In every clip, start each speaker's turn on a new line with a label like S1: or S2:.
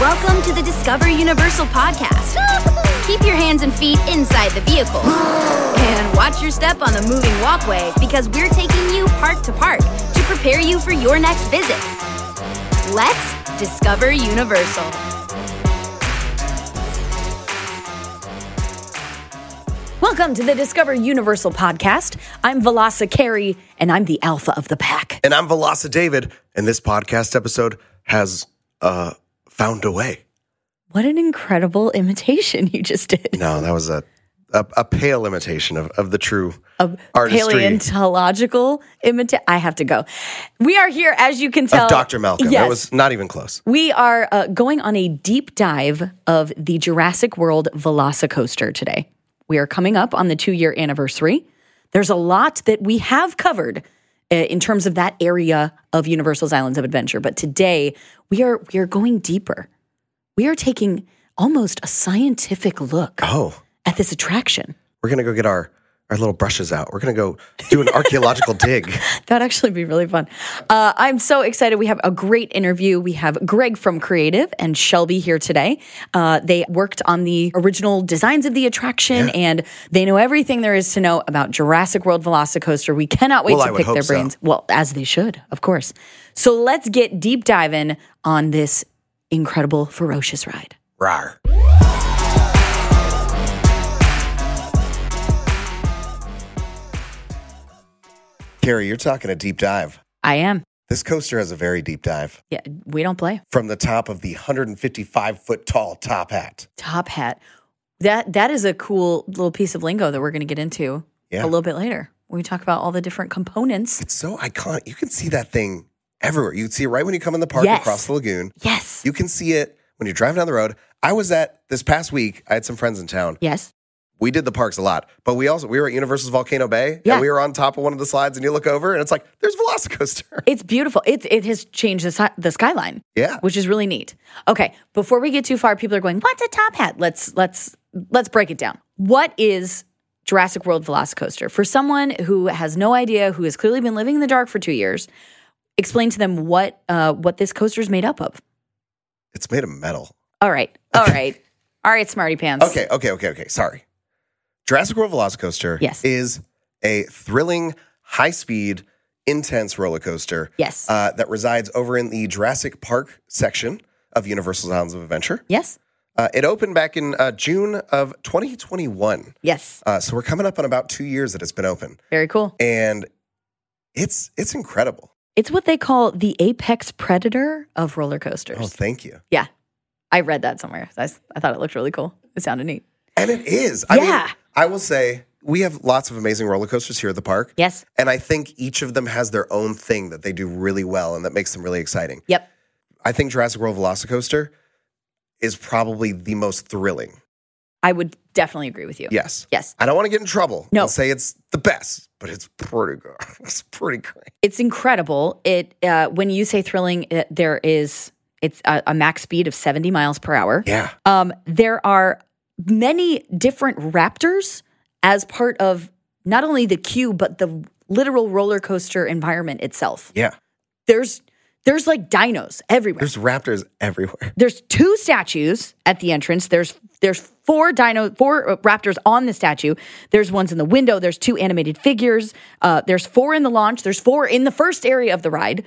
S1: Welcome to the Discover Universal podcast. Keep your hands and feet inside the vehicle. And watch your step on the moving walkway because we're taking you park to park to prepare you for your next visit. Let's discover Universal.
S2: Welcome to the Discover Universal podcast. I'm Velasa Carey, and I'm the alpha of the pack.
S3: And I'm Velasa David, and this podcast episode has uh, found a way.
S2: What an incredible imitation you just did.
S3: No, that was a a, a pale imitation of, of the true artistry
S2: Paleontological imitation. I have to go. We are here, as you can tell.
S3: of Dr. Malcolm.
S2: Yes.
S3: That was not even close.
S2: we are uh, going on a deep dive of the Jurassic World Velocicoaster today. We are coming up on the two year anniversary. There's a lot that we have covered uh, in terms of that area of Universal's Islands of Adventure, but today we are we are going deeper. We are taking almost a scientific look
S3: Oh,
S2: at this attraction.
S3: we're gonna go get our our little brushes out. We're gonna go do an archaeological dig.
S2: That'd actually be really fun. Uh, I'm so excited. We have a great interview. We have Greg from Creative and Shelby here today. Uh, they worked on the original designs of the attraction and they know everything there is to know about Jurassic World Velocicoaster. We cannot wait
S3: Well, I
S2: to
S3: would
S2: pick
S3: hope
S2: their
S3: so.
S2: brains. Well, as they should, of course. So let's get deep diving on this incredible, ferocious ride.
S3: Rar. Carrie, you're talking a deep dive.
S2: I am.
S3: This coaster has a very deep dive
S2: Yeah, we don't play.
S3: from the top of the 155 foot tall top hat.
S2: Top hat. That that is a cool little piece of lingo that we're going to get into
S3: Yeah.
S2: a little bit later when we talk about all the different components.
S3: It's so iconic. You can see that thing everywhere. You can see it right when you come in the park
S2: Yes.
S3: across the lagoon.
S2: Yes.
S3: You can see it when you're driving down the road. I was at this past week, I had some friends in town.
S2: Yes.
S3: We did the parks a lot, but we also we were at Universal's Volcano Bay
S2: Yeah.
S3: and we were on top of one of the slides and you look over and it's like there's Velocicoaster.
S2: It's beautiful. It it has changed the si- the skyline,
S3: Yeah.
S2: which is really neat. Okay, before we get too far, people are going, "What's a top hat?" Let's let's let's break it down. What is Jurassic World Velocicoaster? For someone who has no idea, who has clearly been living in the dark for 2 years, explain to them what uh what this coaster is made up of.
S3: It's made of metal.
S2: All right. All right. All right, smarty pants.
S3: Okay, okay, okay, okay. Sorry. Jurassic World Velocicoaster
S2: Yes.
S3: is a thrilling, high speed, intense roller coaster
S2: Yes.
S3: uh, that resides over in the Jurassic Park section of Universal's Islands of Adventure.
S2: yes.
S3: Uh, it opened back in uh, June of 2021.
S2: Yes.
S3: Uh, so we're coming up on about two years that it's been open,
S2: Very cool.
S3: and it's it's incredible.
S2: It's what they call the apex predator of roller coasters.
S3: Oh, thank you.
S2: Yeah. I read that somewhere. I, s- I thought it looked really cool. It sounded neat.
S3: And it is. I
S2: Yeah.
S3: mean, I will say we have lots of amazing roller coasters here at the park.
S2: Yes.
S3: And I think each of them has their own thing that they do really well and that makes them really exciting.
S2: Yep.
S3: I think Jurassic World Velocicoaster is probably the most thrilling.
S2: I would definitely agree with you.
S3: Yes.
S2: Yes.
S3: I don't want to get in trouble
S2: No.
S3: and say it's the best, but it's pretty good. It's pretty great.
S2: It's incredible. It uh, when you say thrilling, it, there is it's a, a max speed of 70 miles per hour.
S3: Yeah.
S2: Um, there are many different raptors as part of not only the queue but the literal roller coaster environment itself.
S3: Yeah.
S2: There's there's like dinos everywhere.
S3: There's raptors everywhere.
S2: there's two statues at the entrance. There's there's four dino four uh, raptors on the statue. There's ones in the window. There's two animated figures. Uh, there's four in the launch. There's four in the first area of the ride.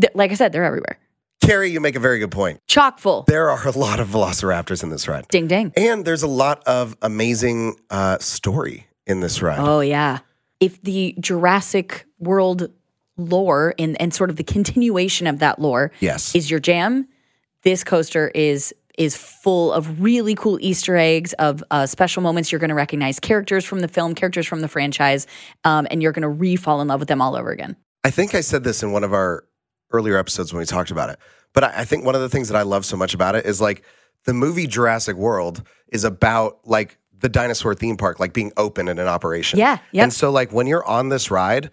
S2: Th- like I said, they're everywhere.
S3: Carrie, you make a very good point.
S2: Chock full.
S3: There are a lot of velociraptors in this ride.
S2: Ding ding.
S3: And there's a lot of amazing uh, story in this ride.
S2: Oh yeah. If the Jurassic World lore and and sort of the continuation of that lore
S3: Yes.
S2: is your jam, this coaster is is full of really cool Easter eggs of uh, special moments. You're going to recognize characters from the film, characters from the franchise, um, and you're going to re fall in love with them all over again.
S3: I think I said this in one of our earlier episodes when we talked about it. But I, I think one of the things that I love so much about it is like the movie Jurassic World is about like the dinosaur theme park, like being open and in operation.
S2: Yeah, yep.
S3: And so like when you're on this ride,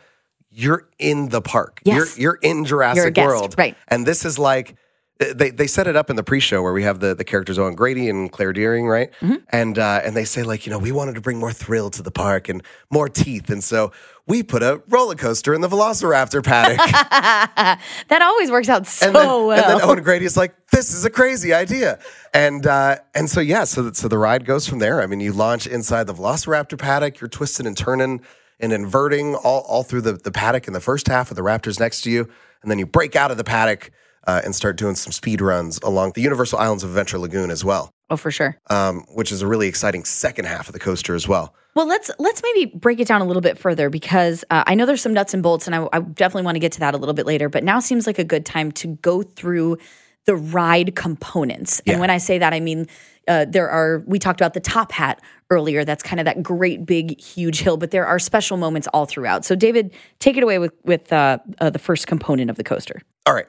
S3: you're in the park.
S2: Yes.
S3: You're you're in Jurassic
S2: guest,
S3: World.
S2: right.
S3: And this is like eh, they they set it up in the pre-show where we have the the characters Owen Grady and Claire Deering, right?
S2: Mm-hmm.
S3: And uh, and they say like, you know, we wanted to bring more thrill to the park and more teeth, and so we put a roller coaster in the Velociraptor paddock.
S2: That always works out so
S3: and then,
S2: Oh, well.
S3: and then Owen Grady is like, "This is a crazy idea," and uh, and so yeah, so that, so the ride goes from there. I mean, you launch inside the Velociraptor paddock, you're twisting and turning and inverting all all through the the paddock in the first half with the raptors next to you, and then you break out of the paddock uh, and start doing some speed runs along the Universal Islands of Adventure Lagoon as well,
S2: oh, for sure.
S3: um, which is a really exciting second half of the coaster as well.
S2: Well, let's let's maybe break it down a little bit further because uh, I know there's some nuts and bolts, and I, I definitely want to get to that a little bit later. But now seems like a good time to go through the ride components. And when I say that, I mean uh, there are we talked about the top hat earlier. That's kind of that great big huge hill, but there are special moments all throughout. So, David, take it away with with uh, uh, the first component of the coaster.
S3: All right,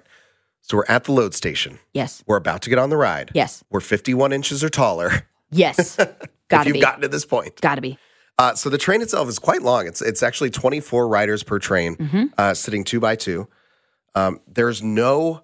S3: so we're at the load station.
S2: Yes,
S3: We're about to get on the ride.
S2: yes,
S3: We're 51 inches or taller.
S2: yes.
S3: If
S2: gotta
S3: you've
S2: be,
S3: gotten to this point.
S2: gotta be.
S3: Uh, so the train itself is quite long. It's it's actually 24 riders per train,
S2: Mm-hmm.
S3: uh, sitting two by two. Um, there's no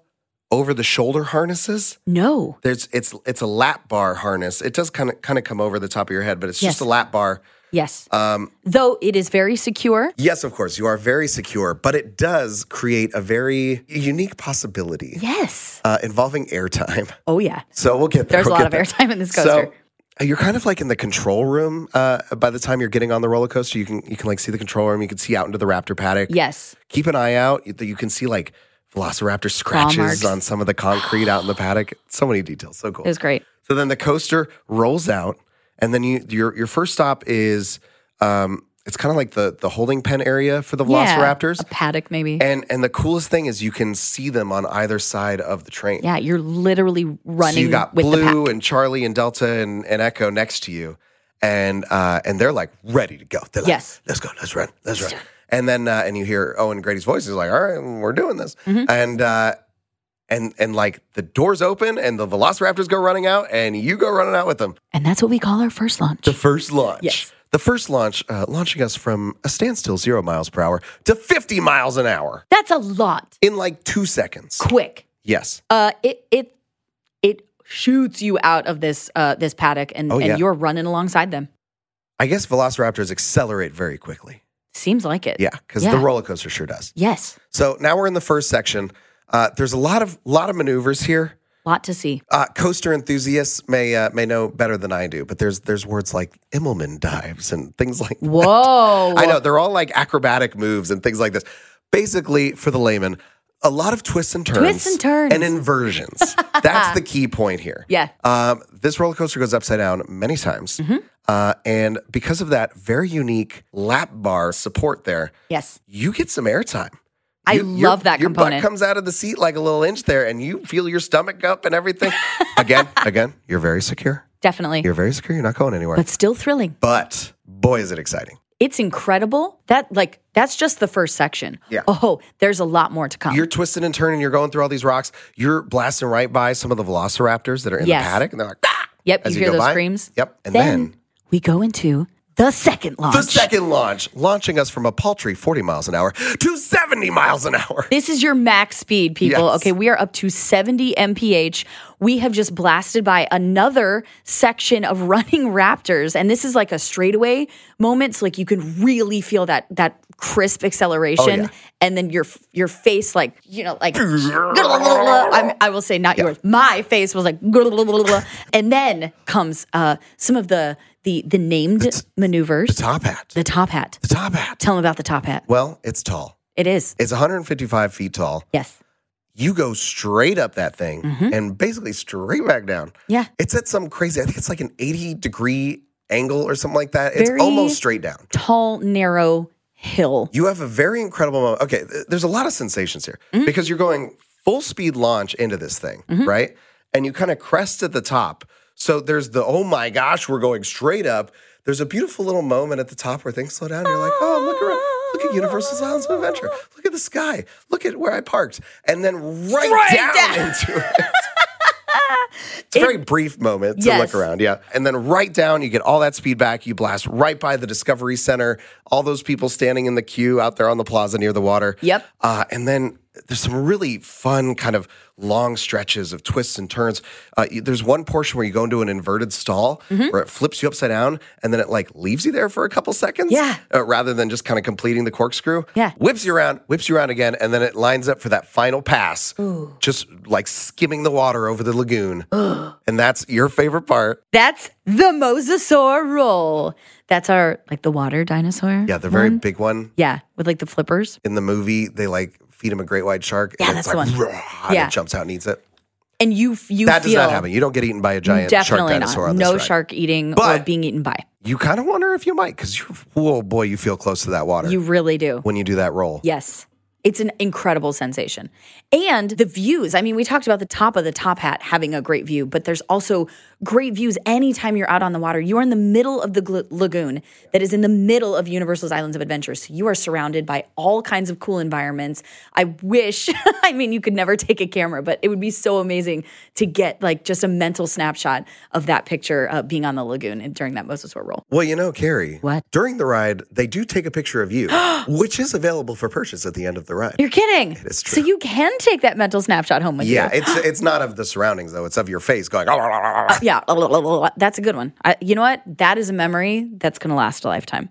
S3: over the shoulder harnesses.
S2: No,
S3: There's it's it's a lap bar harness. It does kind of kind of come over the top of your head, but it's
S2: Yes.
S3: just a lap bar.
S2: yes.
S3: Um,
S2: Though it is very secure.
S3: yes, of course, you are very secure, but it does create a very unique possibility
S2: Yes.
S3: uh, involving airtime.
S2: Oh yeah.
S3: So we'll get there.
S2: There's a
S3: We'll
S2: lot
S3: get
S2: of
S3: there.
S2: airtime in this coaster.
S3: So uh, you're kind of like in the control room. Uh, by the time you're getting on the roller coaster, you can you can like see the control room. You can see out into the raptor paddock.
S2: Yes.
S3: keep an eye out. You, you can see like velociraptor
S2: marks.
S3: scratches on some of the concrete out in the paddock. So many details. So cool.
S2: It was great.
S3: So then the coaster rolls out, and then you your your first stop is um, it's kind of like the the holding pen area for the velociraptors.
S2: A paddock, maybe.
S3: And and the coolest thing is you can see them on either side of the train.
S2: yeah, you're literally running
S3: So you got
S2: with the
S3: Blue
S2: pack.
S3: and Charlie and Delta and, and Echo next to you, and uh, and they're like ready to go. They're like,
S2: Yes.
S3: let's go, let's run, let's run. And then uh, and you hear Owen Grady's voice. He's like, all right, we're doing this,
S2: Mm-hmm.
S3: and uh, and and like the doors open and the Velociraptors go running out, and you go running out with them.
S2: And that's what we call our first launch.
S3: The first launch.
S2: Yes.
S3: The first launch, uh, launching us from a standstill zero miles per hour to 50 miles an hour
S2: that's a lot.
S3: in like two seconds.
S2: Quick.
S3: Yes.
S2: Uh it it it shoots you out of this uh this paddock and,
S3: Oh,
S2: and
S3: yeah.
S2: you're running alongside them.
S3: I guess Velociraptors accelerate very quickly.
S2: Seems like it.
S3: Yeah, because
S2: Yeah.
S3: the roller coaster sure does.
S2: Yes.
S3: So now we're in the first section. Uh, there's a lot of lot of maneuvers here.
S2: Lot to see.
S3: Uh, coaster enthusiasts may uh, may know better than I do, but there's there's words like Immelman dives and things like.
S2: Whoa.
S3: I know they're all like acrobatic moves and things like this. Basically, for the layman, a lot of twists and turns,
S2: Twists and turns.
S3: and inversions. That's the key point here.
S2: Yeah. Mm-hmm.
S3: Um, this roller coaster goes upside down many times, uh, and because of that very unique lap bar support there,
S2: Yes.
S3: you get some airtime.
S2: I
S3: You- your-
S2: love that
S3: your
S2: component.
S3: butt comes out of the seat like a little inch there, and you feel your stomach up and everything. again, again, you're very secure.
S2: Definitely.
S3: You're very secure. You're not going anywhere.
S2: But still thrilling.
S3: but boy, is it exciting!
S2: It's incredible. That like that's just the first section.
S3: Yeah.
S2: Oh, there's a lot more to come.
S3: You're twisting and turning. You're going through all these rocks. You're blasting right by some of the velociraptors that are in
S2: Yes.
S3: the paddock, and they're like, ah!
S2: yep,
S3: as
S2: you
S3: you
S2: hear
S3: go
S2: those
S3: by.
S2: screams.
S3: Yep. And
S2: then,
S3: then
S2: we go into the second launch.
S3: the second launch, launching us from a paltry 40 miles an hour to 70 miles an hour.
S2: This is your max speed, people.
S3: Yes.
S2: Okay, we are up to 70 mph. We have just blasted by another section of running raptors, and this is like a straightaway moment. So like you can really feel that that crisp acceleration,
S3: Oh, yeah.
S2: and then your your face like you know like I'm, I will say not yours. My face was like, and then comes uh, some of the the the named maneuvers.
S3: Top hat.
S2: The top hat.
S3: The top hat.
S2: Tell them about the top hat.
S3: Well, it's tall.
S2: It is.
S3: It's 155 feet tall.
S2: Yes.
S3: you go straight up that thing and basically straight back down.
S2: Mm-hmm. Yeah.
S3: It's at some crazy, I think it's like an 80 degree angle or something like that. It's
S2: Very-
S3: almost straight down.
S2: Tall, narrow hill.
S3: You have a very incredible moment. Okay, th- there's a lot of sensations here
S2: Mm-hmm.
S3: because you're going full speed launch into this thing, right? And you kind of crest at the top. So there's the, oh my gosh, we're going straight up. There's a beautiful little moment at the top where things slow down. You're like, oh, look around. Look at Universal Sounds of Adventure. Look at the sky. Look at where I parked. And then right, down,
S2: down.
S3: into it. It's a very brief moment to
S2: Yes.
S3: look around, yeah. And then right down, you get all that speed back. You blast right by the Discovery Center, all those people standing in the queue out there on the plaza near the water.
S2: Yep.
S3: Uh, and then there's some really fun kind of long stretches of twists and turns. Uh, y- there's one portion where you go into an inverted stall
S2: Mm-hmm.
S3: where it flips you upside down and then it like leaves you there for a couple seconds.
S2: Yeah.
S3: Uh, rather than just kind of completing the corkscrew.
S2: Yeah.
S3: Whips you around, whips you around again, and then it lines up for that final pass. Just like skimming the water over the lagoon. and that's your favorite part.
S2: That's the Mosasaur roll. That's our like the water dinosaur.
S3: Yeah, the very big one.
S2: Yeah, with like the flippers.
S3: in the movie, they like feed him a great white shark.
S2: Yeah,
S3: and it's
S2: that's the
S3: like,
S2: one.
S3: "Rah," and
S2: Yeah.
S3: it jumps out and eats it.
S2: And you f- you
S3: That does
S2: feel
S3: not happen. You don't get eaten by a giant shark
S2: definitely
S3: dinosaur
S2: not.
S3: on this
S2: No
S3: ride.
S2: shark eating or
S3: But-
S2: being eaten by.
S3: You kind of wonder if you might, because you're, oh boy, you feel close to that water
S2: You really do.
S3: when you do that roll.
S2: Yes. It's an incredible sensation. And the views. I mean, we talked about the top of the top hat having a great view, but there's also great views anytime you're out on the water. You are in the middle of the gl- lagoon that is in the middle of Universal's Islands of Adventure. So you are surrounded by all kinds of cool environments. I wish, I mean, you could never take a camera, but it would be so amazing to get like just a mental snapshot of that picture uh, being on the lagoon and during that mosasaur roll.
S3: Well, you know, Carrie,
S2: What?
S3: during the ride, they do take a picture of you, which is available for purchase at the end of the ride.
S2: You're kidding.
S3: is
S2: So you can take that mental snapshot home with you.
S3: yeah, it's it's not of the surroundings though; it's of your face going. "Ah, ah, ah, ah."
S2: Yeah, blah, blah, blah, blah, blah. that's a good one. I, you know what? That is a memory that's going to last a lifetime.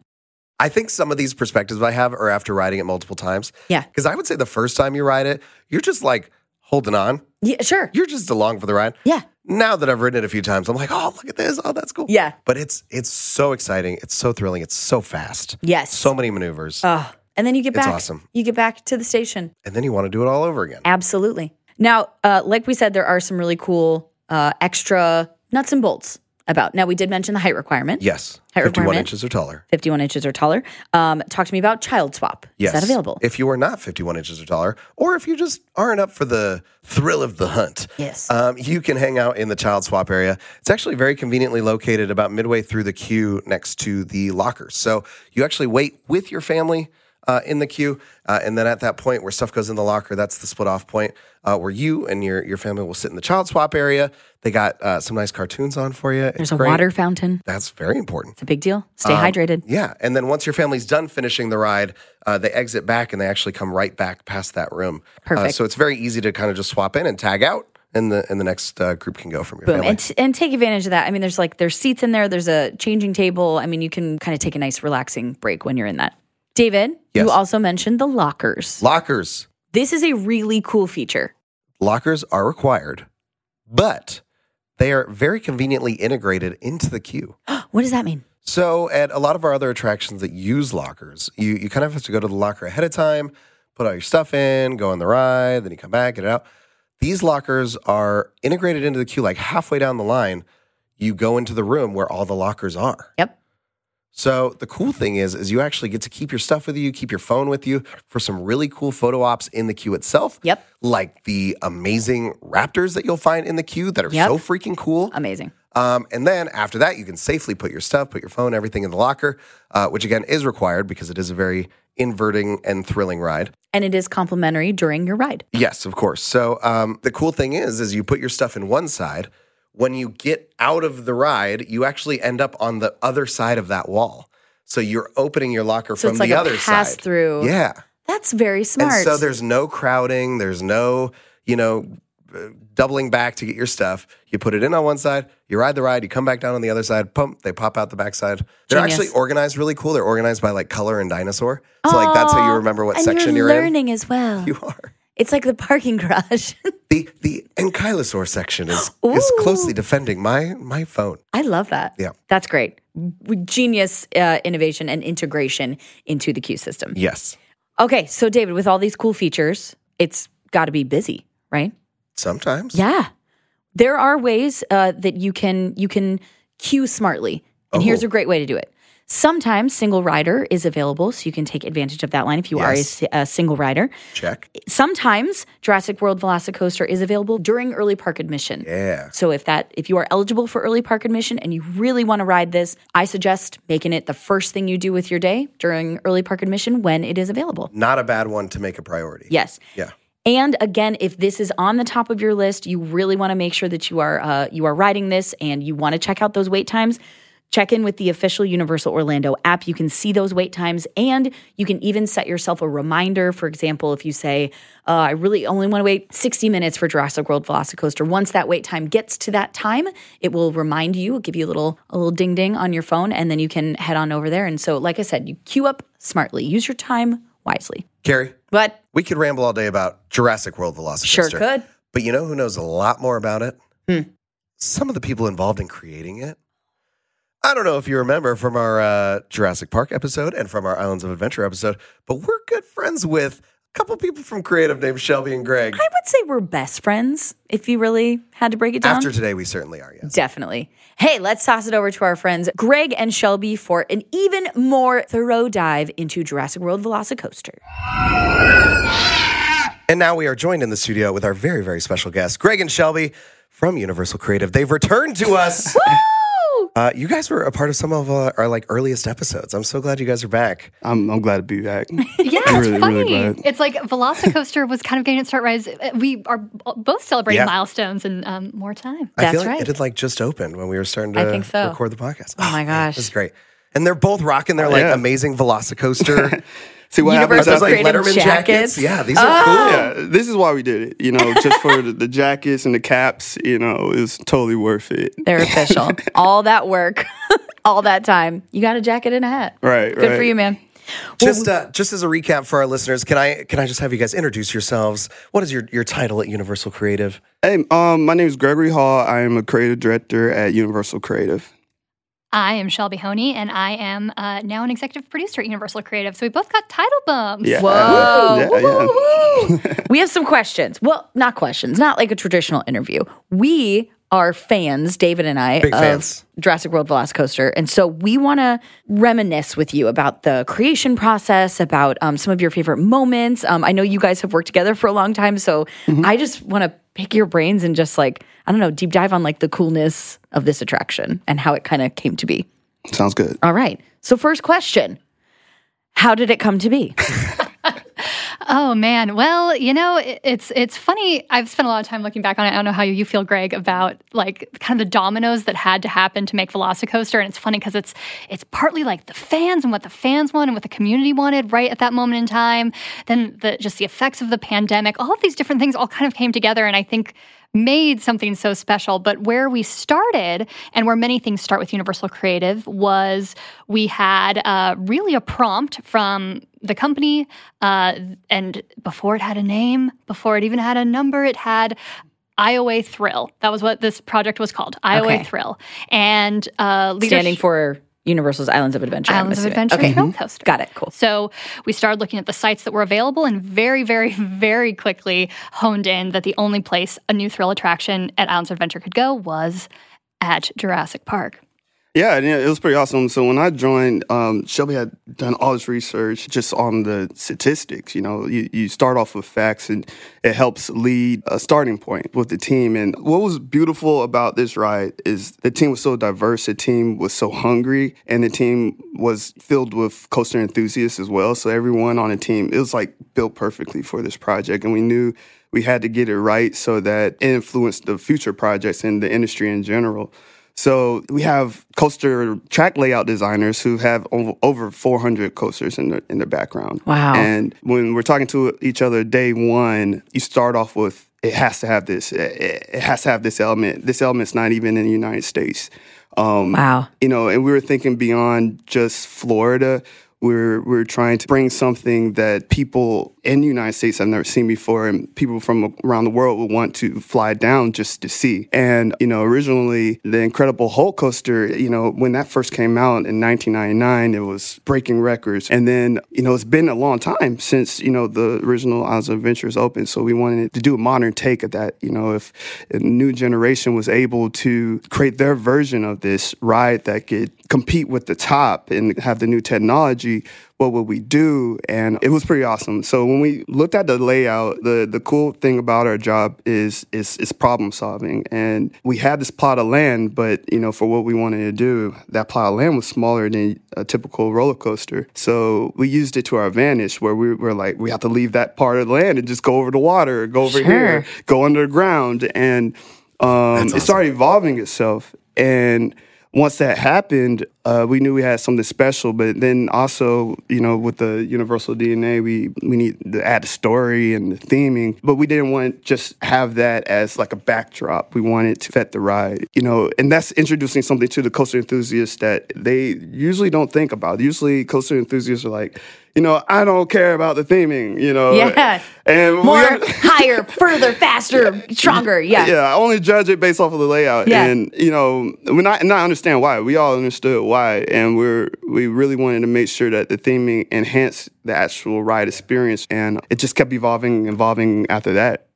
S3: I think some of these perspectives I have are after riding it multiple times.
S2: Yeah.
S3: because I would say the first time you ride it, you're just like holding on.
S2: Yeah, sure.
S3: You're just along for the ride.
S2: Yeah.
S3: now that I've written it a few times, I'm like, oh, look at this. Oh, that's cool.
S2: Yeah.
S3: But it's it's so exciting. It's so thrilling. It's so fast.
S2: Yes.
S3: So many maneuvers.
S2: Ugh. and then you get
S3: It's
S2: back.
S3: awesome.
S2: You get back to the station.
S3: and then you want to do it all over again.
S2: Absolutely. Now, uh, like we said, there are some really cool uh, extra nuts and bolts about. Now, we did mention the height requirement.
S3: Yes.
S2: Height
S3: 51
S2: requirement.
S3: inches or taller.
S2: 51 inches or taller. Um, talk to me about child swap.
S3: Yes.
S2: Is that available?
S3: If you are not 51 inches or taller, or if you just aren't up for the thrill of the hunt,
S2: Yes.
S3: um, you can hang out in the child swap area. It's actually very conveniently located about midway through the queue next to the lockers. So you actually wait with your family. Uh, in the queue, uh, and then at that point where stuff goes in the locker, that's the split off point uh, where you and your your family will sit in the child swap area. They got uh, some nice cartoons on for you. It's
S2: There's a
S3: great. Um,
S2: water fountain.
S3: That's very important.
S2: It's a big deal. Stay hydrated.
S3: Yeah, and then once your family's done finishing the ride, uh, they exit back and they actually come right back past that room.
S2: Perfect.
S3: Uh, so it's very easy to kind of just swap in and tag out, and the and the next uh, group can go from your
S2: Boom.
S3: family.
S2: And, t- and take advantage of that. I mean, there's like, there's seats in there, there's a changing table. I mean, you can kind of take a nice, relaxing break when you're in that. David,
S3: Yes.
S2: you also mentioned the lockers.
S3: Lockers,
S2: This is a really cool feature.
S3: lockers are required, but they are very conveniently integrated into the queue.
S2: What does that mean?
S3: So at a lot of our other attractions that use lockers, you you kind of have to go to the locker ahead of time, put all your stuff in, go on the ride, then you come back, get it out. These lockers are integrated into the queue like halfway down the line. You go into the room where all the lockers are.
S2: Yep.
S3: So the cool thing is, is you actually get to keep your stuff with you, keep your phone with you for some really cool photo ops in the queue itself.
S2: Yep.
S3: Like the amazing raptors that you'll find in the queue that are
S2: Yep.
S3: so freaking cool.
S2: Amazing.
S3: Um, and then after that, you can safely put your stuff, put your phone, everything in the locker, uh, which again is required because it is a very inverting and thrilling ride.
S2: And it is complimentary during your ride.
S3: Yes, of course. So um, the cool thing is, is you put your stuff in one side. When you get out of the ride, you actually end up on the other side of that wall. So you're opening your locker
S2: So
S3: from
S2: it's like
S3: the
S2: a
S3: other
S2: pass
S3: side.
S2: through.
S3: Yeah.
S2: That's very smart.
S3: And so there's no crowding. There's no, you know, uh, doubling back to get your stuff. You put it in on one side, you ride the ride, you come back down on the other side, pump, they pop out the backside. They're
S2: Genius.
S3: actually organized really cool. They're organized by like color and dinosaur. So, like, that's how you remember what
S2: and
S3: section
S2: you're,
S3: you're, in.
S2: learning as well.
S3: You are.
S2: it's like the parking garage.
S3: The the ankylosaur section is is
S2: Ooh.
S3: closely defending my my phone.
S2: I love that.
S3: Yeah.
S2: That's great. W- Genius uh, innovation and integration into the queue system.
S3: Yes.
S2: Okay, so David, with all these cool features, it's got to be busy, right?
S3: Sometimes.
S2: Yeah, there are ways uh, that you can you can queue smartly, and
S3: Oh.
S2: here's a great way to do it. Sometimes single rider is available, so you can take advantage of that line if you are a
S3: Yes.
S2: si- a, single rider.
S3: Check.
S2: Sometimes Jurassic World Velocicoaster is available during early park admission.
S3: Yeah.
S2: So if that if you are eligible for early park admission and you really want to ride this, I suggest making it the first thing you do with your day during early park admission when it is available.
S3: Not a bad one to make a priority.
S2: Yes.
S3: Yeah.
S2: And again, if this is on the top of your list, you really want to make sure that you are uh, you are riding this and you want to check out those wait times. Check in with the official Universal Orlando app. You can see those wait times and you can even set yourself a reminder. For example, if you say, uh, I really only want to wait 60 minutes for Jurassic World Velocicoaster, once that wait time gets to that time, it will remind you, it'll give you a little, a little ding ding on your phone, and then you can head on over there. And so, like I said, you queue up smartly, use your time wisely.
S3: Carrie,
S2: But
S3: we could ramble all day about Jurassic World Velocicoaster.
S2: sure could.
S3: But you know who knows a lot more about it? Some of the people involved in creating it. I don't know if you remember from our uh, Jurassic Park episode and from our Islands of Adventure episode, but we're good friends with a couple people from creative named Shelby and Greg.
S2: I would say we're best friends if you really had to break it down.
S3: After today, we certainly are, yes.
S2: Definitely. Hey, let's toss it over to our friends Greg and Shelby for an even more thorough dive into Jurassic World Velocicoaster.
S3: And now we are joined in the studio with our very, very special guests, Greg and Shelby from Universal Creative. They've returned to us. Uh, you guys were a part of some of uh, our like earliest episodes. I'm so glad you guys are back.
S4: I'm, I'm glad to be back.
S5: Yeah,
S4: I'm
S5: it's
S4: really,
S5: funny.
S4: really glad.
S5: It's like Velocicoaster was kind of getting its start rise. We are both celebrating
S3: Yeah.
S5: milestones in um, more time.
S3: I
S2: That's
S3: feel like
S2: right.
S3: it had like just opened when we were starting to
S5: I think so.
S3: record the podcast.
S2: Oh my gosh.
S3: This is great. And they're both rocking their like
S4: Yeah.
S3: amazing Velocicoaster.
S4: See what happens
S2: Universal
S3: Those
S4: after
S3: like
S2: Creative
S3: Letterman
S2: jackets. Oh.
S3: jackets. Yeah, these are cool.
S4: Yeah, this is why we did it. You know, just for the, the jackets and the caps. You know, it was totally worth it.
S2: They're official. all that work, all that time. You got a jacket and a hat.
S4: Right,
S2: Good for
S4: right.
S2: you, man.
S3: Just uh, just as a recap for our listeners, can I can I just have you guys introduce yourselves? What is your, your title at Universal Creative?
S4: Hey, um, my name is Gregory Hall. I am a creative director at Universal Creative.
S5: I am Shelby Honey, and I am uh, now an executive producer at Universal Creative. So we both got title bumps.
S4: Yeah.
S2: Whoa.
S4: Yeah, yeah.
S2: We have some questions. Well, not questions, not like a traditional interview. We are fans, David and I,
S3: Big
S2: of
S3: fans.
S2: Jurassic World Velocicoaster. And so we want to reminisce with you about the creation process, about um, some of your favorite moments. Um, I know you guys have worked together for a long time. So
S3: Mm-hmm.
S2: I just want to pick your brains and just like, I don't know, deep dive on like the coolness of this attraction and how it kind of came to be.
S4: Sounds good.
S2: All right. So, first question How did it come to be?
S5: Oh man. Well, you know, it- it's it's funny. I've spent a lot of time looking back on it. I don't know how you feel, Greg, about like kind of the dominoes that had to happen to make Velocicoaster. And it's funny because it's it's partly like the fans and what the fans want and what the community wanted right at that moment in time. Then the just the effects of the pandemic, all of these different things all kind of came together. And I think made something so special. But where we started and where many things start with Universal Creative was we had uh, really a prompt from the company. Uh, and before it had a name, before it even had a number, it had Iowa Thrill. That was what this project was called Iowa
S2: Okay.
S5: Thrill. And uh, leadership-
S2: Standing for Universal's Islands of Adventure. I'm
S5: Islands of
S2: assuming.
S5: Adventure
S2: Okay. Mm-hmm.
S5: Thrill Coaster.
S2: Got it. Cool.
S5: So we started looking at the sites that were available and very, very, very quickly honed in that the only place a new thrill attraction at Islands of Adventure could go was at Jurassic Park.
S4: Yeah, and yeah, it was pretty awesome. So when I joined, um, Shelby had done all this research just on the statistics. You know, you, you start off with facts, and it helps lead a starting point with the team. And what was beautiful about this ride is the team was so diverse, the team was so hungry, and the team was filled with coaster enthusiasts as well. So everyone on the team, it was like built perfectly for this project, and we knew we had to get it right so that it influenced the future projects in the industry in general. So we have coaster track layout designers who have over, over 400 coasters in the in the background.
S2: Wow.
S4: And when we're talking to each other day one, you start off with it has to have this. It, it- it has to have this element. This element's not even in the United States. Um,
S2: Wow.
S4: you know, and we were thinking beyond just Florida. We're we're trying to bring something that people in the United States have never seen before, and people from around the world would want to fly down just to see. And you know, originally the Incredible Hulk coaster, you know, when that first came out in 1999, it was breaking records. And then you know, it's been a long time since you know the original Oz Adventures opened, so we wanted to do a modern take of that. You know, if a new generation was able to create their version of this ride that could compete with the top and have the new technology, what would we do? And it was pretty awesome. So when we looked at the layout, the the cool thing about our job is is is problem solving. And we had this plot of land, but you know, for what we wanted to do, that plot of land was smaller than a typical roller coaster. So we used it to our advantage where we were like, we have to leave that part of the land and just go over the water, go over here, go underground. And um, it started evolving itself. And once that happened, uh, we knew we had something special. But then also, you know, with the universal DNA, we we need to add a story and the theming. But we didn't want just have that as like a backdrop. We wanted to vet the ride, you know, and that's introducing something to the coaster enthusiasts that they usually don't think about. Usually, coaster enthusiasts are like. You know, I don't care about the theming. You know,
S2: Yeah.
S4: and we-
S2: More, higher, further, faster, stronger. Yeah.
S4: yeah, I only judge it based off of the layout.
S2: Yeah.
S4: And, you know, when I, and I understand why. We all understood why. And we're, we really wanted to make sure that the theming enhanced the actual ride experience. And it just kept evolving, evolving after that.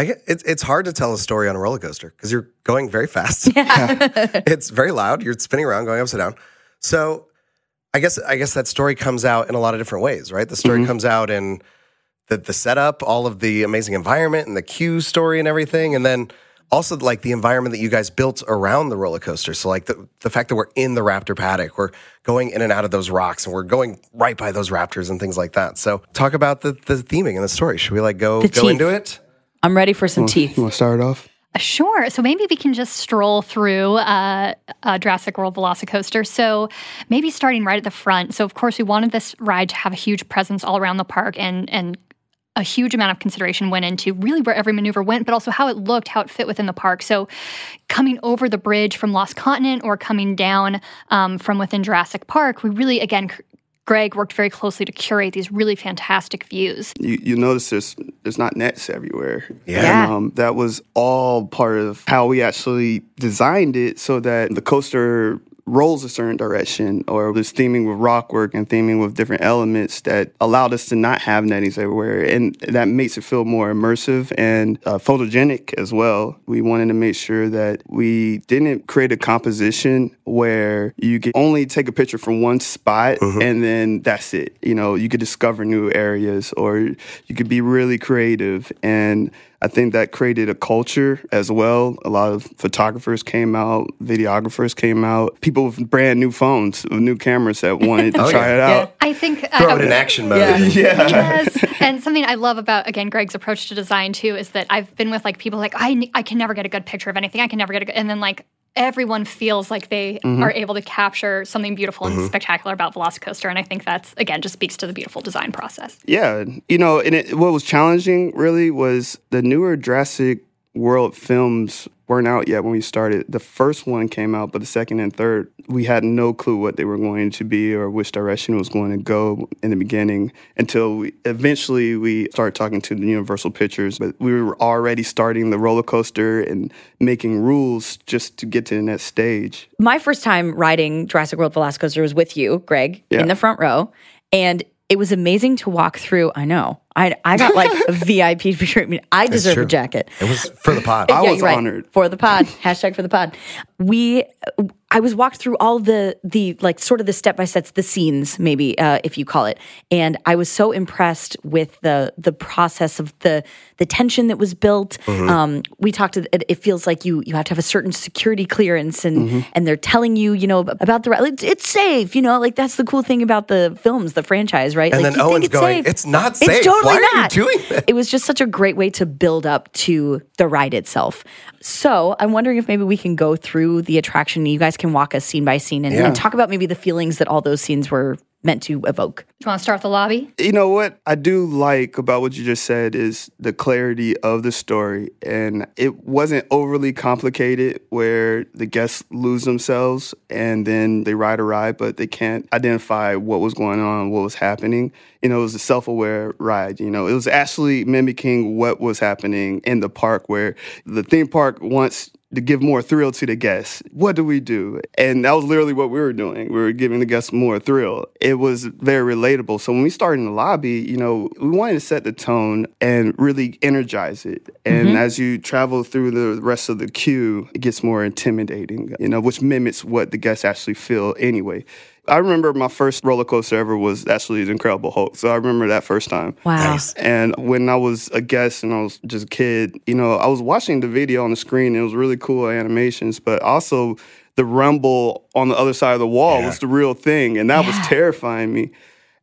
S3: I get, it's it's hard to tell a story on a roller coaster because you're going very fast. it's very loud. You're spinning around, going upside down. So, I guess I guess that story comes out in a lot of different ways, right? The story comes out in the the setup, all of the amazing environment, and the queue story, and everything, and then also like the environment that you guys built around the roller coaster. So, like the the fact that we're in the raptor paddock, we're going in and out of those rocks, and we're going right by those raptors and things like that. So, talk about the the theming and the story. Should we like go
S2: The
S3: go
S2: teeth.
S3: into it?
S2: I'm ready for some teeth.
S4: You want to start it off?
S5: Sure. So maybe we can just stroll through uh, uh, Jurassic World Velocicoaster. So maybe starting right at the front. So of course we wanted this ride to have a huge presence all around the park, and and a huge amount of consideration went into really where every maneuver went, but also how it looked, how it fit within the park. So coming over the bridge from Lost Continent or coming down um, from within Jurassic Park, we really again. cr- Greg worked very closely to curate these really fantastic views.
S4: You, you notice there's, there's not nets everywhere.
S2: Yeah.
S4: And, um, that was all part of how we actually designed it so that the coaster rolls a certain direction or there's theming with rock work and theming with different elements that allowed us to not have nettings everywhere and that makes it feel more immersive and uh, photogenic as well we wanted to make sure that we didn't create a composition where you could only take a picture from one spot
S3: Mm-hmm.
S4: and then that's it you know you could discover new areas or you could be really creative and I think that created a culture as well. A lot of photographers came out, videographers came out, people with brand new phones, with new cameras that wanted to
S3: Oh,
S4: try
S3: yeah.
S4: it out.
S5: I think uh, I-
S3: Throw
S5: I
S3: it in
S5: would-
S3: action mode.
S2: Yeah.
S3: and-
S5: yes. And something I love about again Greg's approach to design too is that I've been with like people like I ne- I can never get a good picture of anything. I can never get a good, and then like everyone feels like they are able to capture something beautiful and spectacular about Velocicoaster, and I think that's again just speaks to the beautiful design process.
S4: Yeah, you know, and it, what was challenging really was the newer Jurassic World films weren't out yet when we started. The first one came out, but the second and third, we had no clue what they were going to be or which direction it was going to go in the beginning until we, eventually we started talking to the Universal Pictures. But we were already starting the roller coaster and making rules just to get to the next stage.
S2: My first time riding Jurassic World Velocicoaster was with you, Greg,
S4: Yeah.
S2: in the front row. And it was amazing to walk through. I know. I, I got like a VIP treatment. I deserve a
S3: true.
S2: jacket.
S3: It was for the pod.
S4: I
S2: Yeah,
S4: was
S2: you're right.
S4: honored.
S2: for the pod. Hashtag for the pod. We, I was walked through all the the like sort of the step by steps, the scenes maybe uh, if you call it, and I was so impressed with the the process of the the tension that was built.
S4: Mm-hmm.
S2: Um, we talked. To, it, it feels like you you have to have a certain security clearance, and
S4: Mm-hmm.
S2: and they're telling you you know about the it's, it's safe. You know, like that's the cool thing about the films, the franchise, right?
S3: And
S2: like,
S3: then
S2: you think
S3: Owen's
S2: it's
S3: going,
S2: safe.
S3: "It's not
S2: It's
S3: safe.
S2: totally
S3: Why are you
S2: not
S3: doing this?"
S2: it was just such a great way to build up to the ride itself. So I'm wondering if maybe we can go through the attraction. You guys can walk us scene by scene and, and
S4: Yeah.
S2: talk about maybe the feelings that all those scenes were meant to evoke.
S5: Do you want to start with the lobby?
S4: you know what I do like about what you just said is the clarity of the story, and it wasn't overly complicated where the guests lose themselves and then they ride a ride, but they can't identify what was going on, what was happening. You know, it was a self-aware ride. You know, it was actually mimicking what was happening in the park, where the theme park wants to give more thrill to the guests. What do we do? And that was literally what we were doing. We were giving the guests more thrill. It was very relatable. So when we started in the lobby, you know, we wanted to set the tone and really energize it. And as you travel through the rest of the queue, it gets more intimidating, you know, which mimics what the guests actually feel anyway. I remember my first roller coaster ever was actually the Incredible Hulk. So I remember that first time.
S2: Wow.
S4: And when I was a guest and I was just a kid, you know, I was watching the video on the screen. It was really cool animations, but also the rumble on the other side of the wall was the real thing. And that was terrifying me.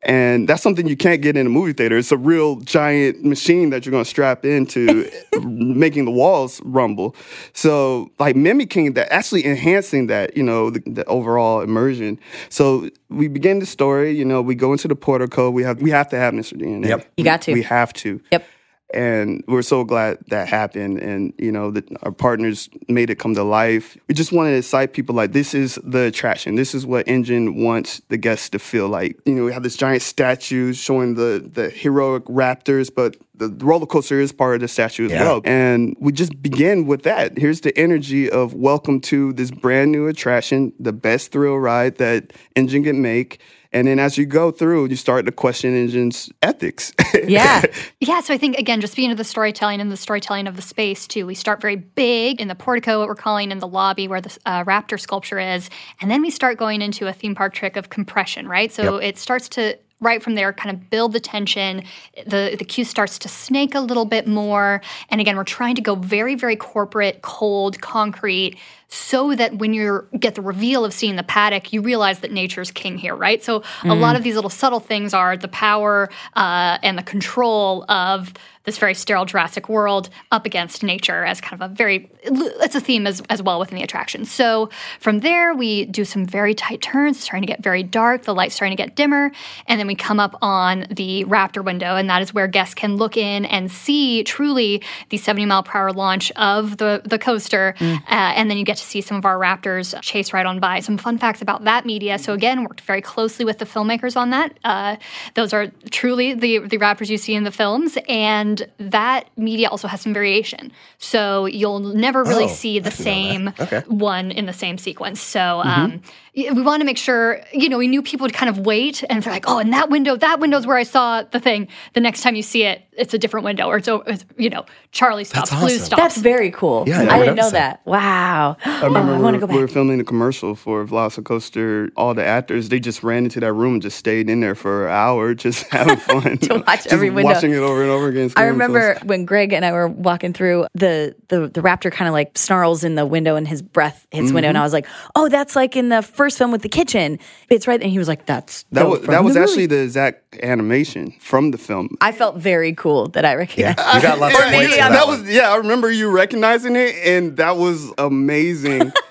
S4: And that's something you can't get in a movie theater. It's a real giant machine that you're going to strap into, making the walls rumble. So, like mimicking that, actually enhancing that, you know, the, the overall immersion. So we begin the story. You know, we go into the portico. We have we have to have Mr. DNA.
S3: Yep.
S2: You got to.
S4: We have to
S2: Yep.
S4: and we're so glad that happened and you know that our partners made it come to life we just want to excite people like this is the attraction this is what engine wants the guests to feel like you know we have this giant statue showing the the heroic raptors but the the roller coaster is part of the statue as
S3: Yeah.
S4: well and we just begin with that here's the energy of welcome to this brand new attraction the best thrill ride that engine can make and then as you go through you start to question engine's ethics
S2: Yeah.
S5: Yeah, so I think again, just being of the storytelling and the storytelling of the space too. We start very big in the portico, what we're calling in the lobby where the uh, raptor sculpture is, and then we start going into a theme park trick of compression, right? So it starts to right from there kind of build the tension the the queue starts to snake a little bit more and again we're trying to go very very corporate cold concrete so that when you get the reveal of seeing the paddock you realize that nature's king here right so a lot of these little subtle things are the power uh, and the control of this very sterile Jurassic World up against nature as kind of a very it's a theme as, as well within the attraction. So from there we do some very tight turns, it's starting to get very dark, the light's starting to get dimmer, and then we come up on the Raptor window, and that is where guests can look in and see truly the 70 mile per hour launch of the the coaster,
S3: Mm.
S5: uh, and then you get to see some of our Raptors chase right on by. Some fun facts about that media. So again, worked very closely with the filmmakers on that. Uh, those are truly the the Raptors you see in the films, and that media also has some variation. So you'll never really
S3: Oh,
S5: see the same
S3: Okay.
S5: one in the same sequence. So um, y- we want to make sure you know we knew people would kind of wait and they're like, oh, in that window, that window's where I saw the thing. The next time you see it, it's a different window, or it's, o- it's you know Charlie stops, Blue
S3: awesome.
S5: stops.
S2: That's very cool.
S3: Yeah, I
S2: I
S3: never
S2: didn't know
S3: noticed
S2: that.
S3: that.
S2: Wow.
S4: I remember
S2: oh, I
S4: we,
S2: want
S4: were,
S2: to go
S4: we were
S2: back.
S4: filming the commercial for Velocicoaster. All the actors they just ran into that room and just stayed in there for an hour, just having fun
S2: To watch
S4: Just
S2: every window.
S4: watching it over and over again.
S2: I remember when Greg and I were walking through the the, the raptor kind of like snarls in the window and his breath hits window
S4: Mm-hmm.
S2: and I was like, "Oh, that's like in the first film with the kitchen." It's right and he was like, "That's
S4: That
S2: the-
S4: was
S2: from
S4: that was
S2: the movie."
S4: actually the exact animation from the film.
S2: I felt very cool that I recognized.
S3: You got lots of
S4: Yeah,
S3: points for
S4: that,
S3: that,
S4: was
S3: one.
S4: yeah. I remember you recognizing it, and that was amazing.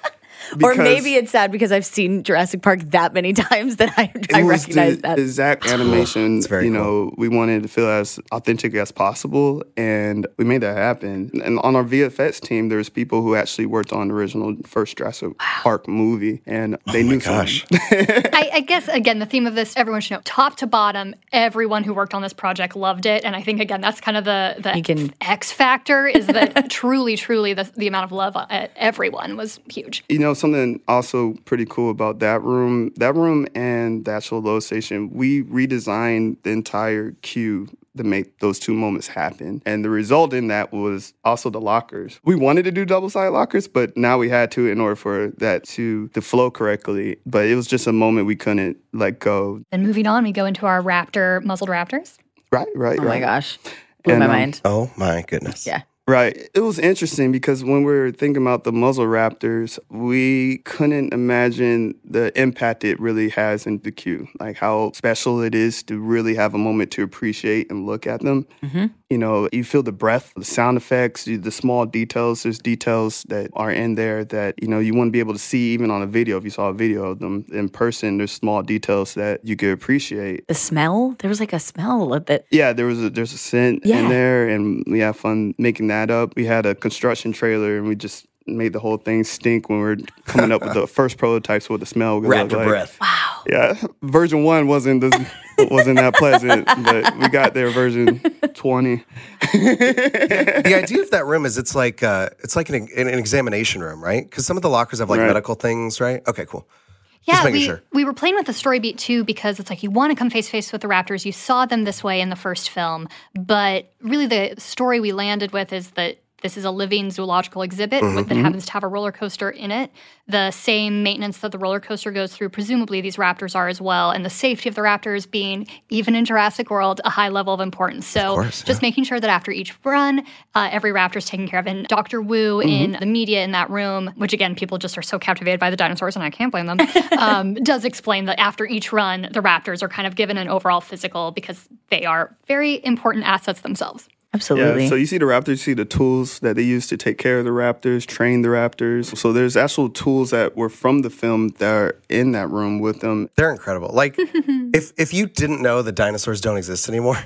S2: or
S4: because
S2: maybe it's sad because I've seen Jurassic Park that many times that I, I recognize
S4: the
S2: that.
S4: exact animation.
S3: very
S4: you know, we wanted to feel as authentic as possible, and we made that happen. And on our VFX team, there's people who actually worked on the original first Jurassic Park movie, and they knew. something.
S3: Oh Gosh.
S5: I, I guess again, the theme of this, everyone should know, top to bottom, everyone who worked on this project loved it, and I think again, that's kind of the the
S2: You can-
S5: X factor is that truly, truly, the, the amount of love at everyone was huge.
S4: You know, something also pretty cool about that room, that room and the actual load station, we redesigned the entire queue to make those two moments happen. And the result in that was also the lockers. We wanted to do double side lockers, but now we had to in order for that to, to flow correctly. But it was just a moment we couldn't let go.
S5: Then moving on, we go into our raptor, muzzled raptors.
S4: Right, right,
S2: oh my gosh. Blew
S4: And,
S2: my
S4: um,
S2: mind.
S3: Oh my goodness.
S2: Yeah.
S4: Right. It was interesting because when we were thinking about the muzzle raptors, we couldn't imagine the impact it really has in the queue, like how special it is to really have a moment to appreciate and look at them. You know, you feel the breath, the sound effects, you- the small details. There's details that are in there that, you know, you wouldn't be able to see even on a video. If you saw a video of them in person, there's small details that you could appreciate
S2: The smell, there was like a smell of that
S4: yeah, there was a, there's a scent
S2: Yeah.
S4: in there, and we had fun making that up. We had a construction trailer, and we just made the whole thing stink when we were coming up with the first prototypes. What the smell would look
S3: Raptor
S4: like.
S3: breath.
S4: Yeah, version one wasn't this, wasn't that pleasant, but we got there version twenty.
S3: the idea of that room is it's like uh, it's like an, an examination room, right? Because some of the lockers have like
S4: Right.
S3: medical things, right? Okay, cool.
S5: Yeah,
S3: making
S5: we,
S3: sure.
S5: we were playing with the story beat too because it's like you want to come face to face with the Raptors. You saw them this way in the first film, but really the story we landed with is that This is a living zoological exhibit
S3: Mm-hmm,
S5: with, that happens to have a roller coaster in it. The same maintenance that the roller coaster goes through, presumably these raptors are as well, and the safety of the raptors being even in Jurassic World a high level of importance. So
S3: course,
S5: just making sure that after each run, uh, every raptor is taken care of. And Dr. Wu in the media in that room, which again people just are so captivated by the dinosaurs, and I can't blame them, um, does explain that after each run, the raptors are kind of given an overall physical because they are very important assets themselves.
S2: Absolutely.
S4: Yeah, so you see the raptors, you see the tools that they use to take care of the raptors, train the raptors. So there's actual tools that were from the film that are in that room with them.
S3: They're incredible. Like if if you didn't know that dinosaurs don't exist anymore,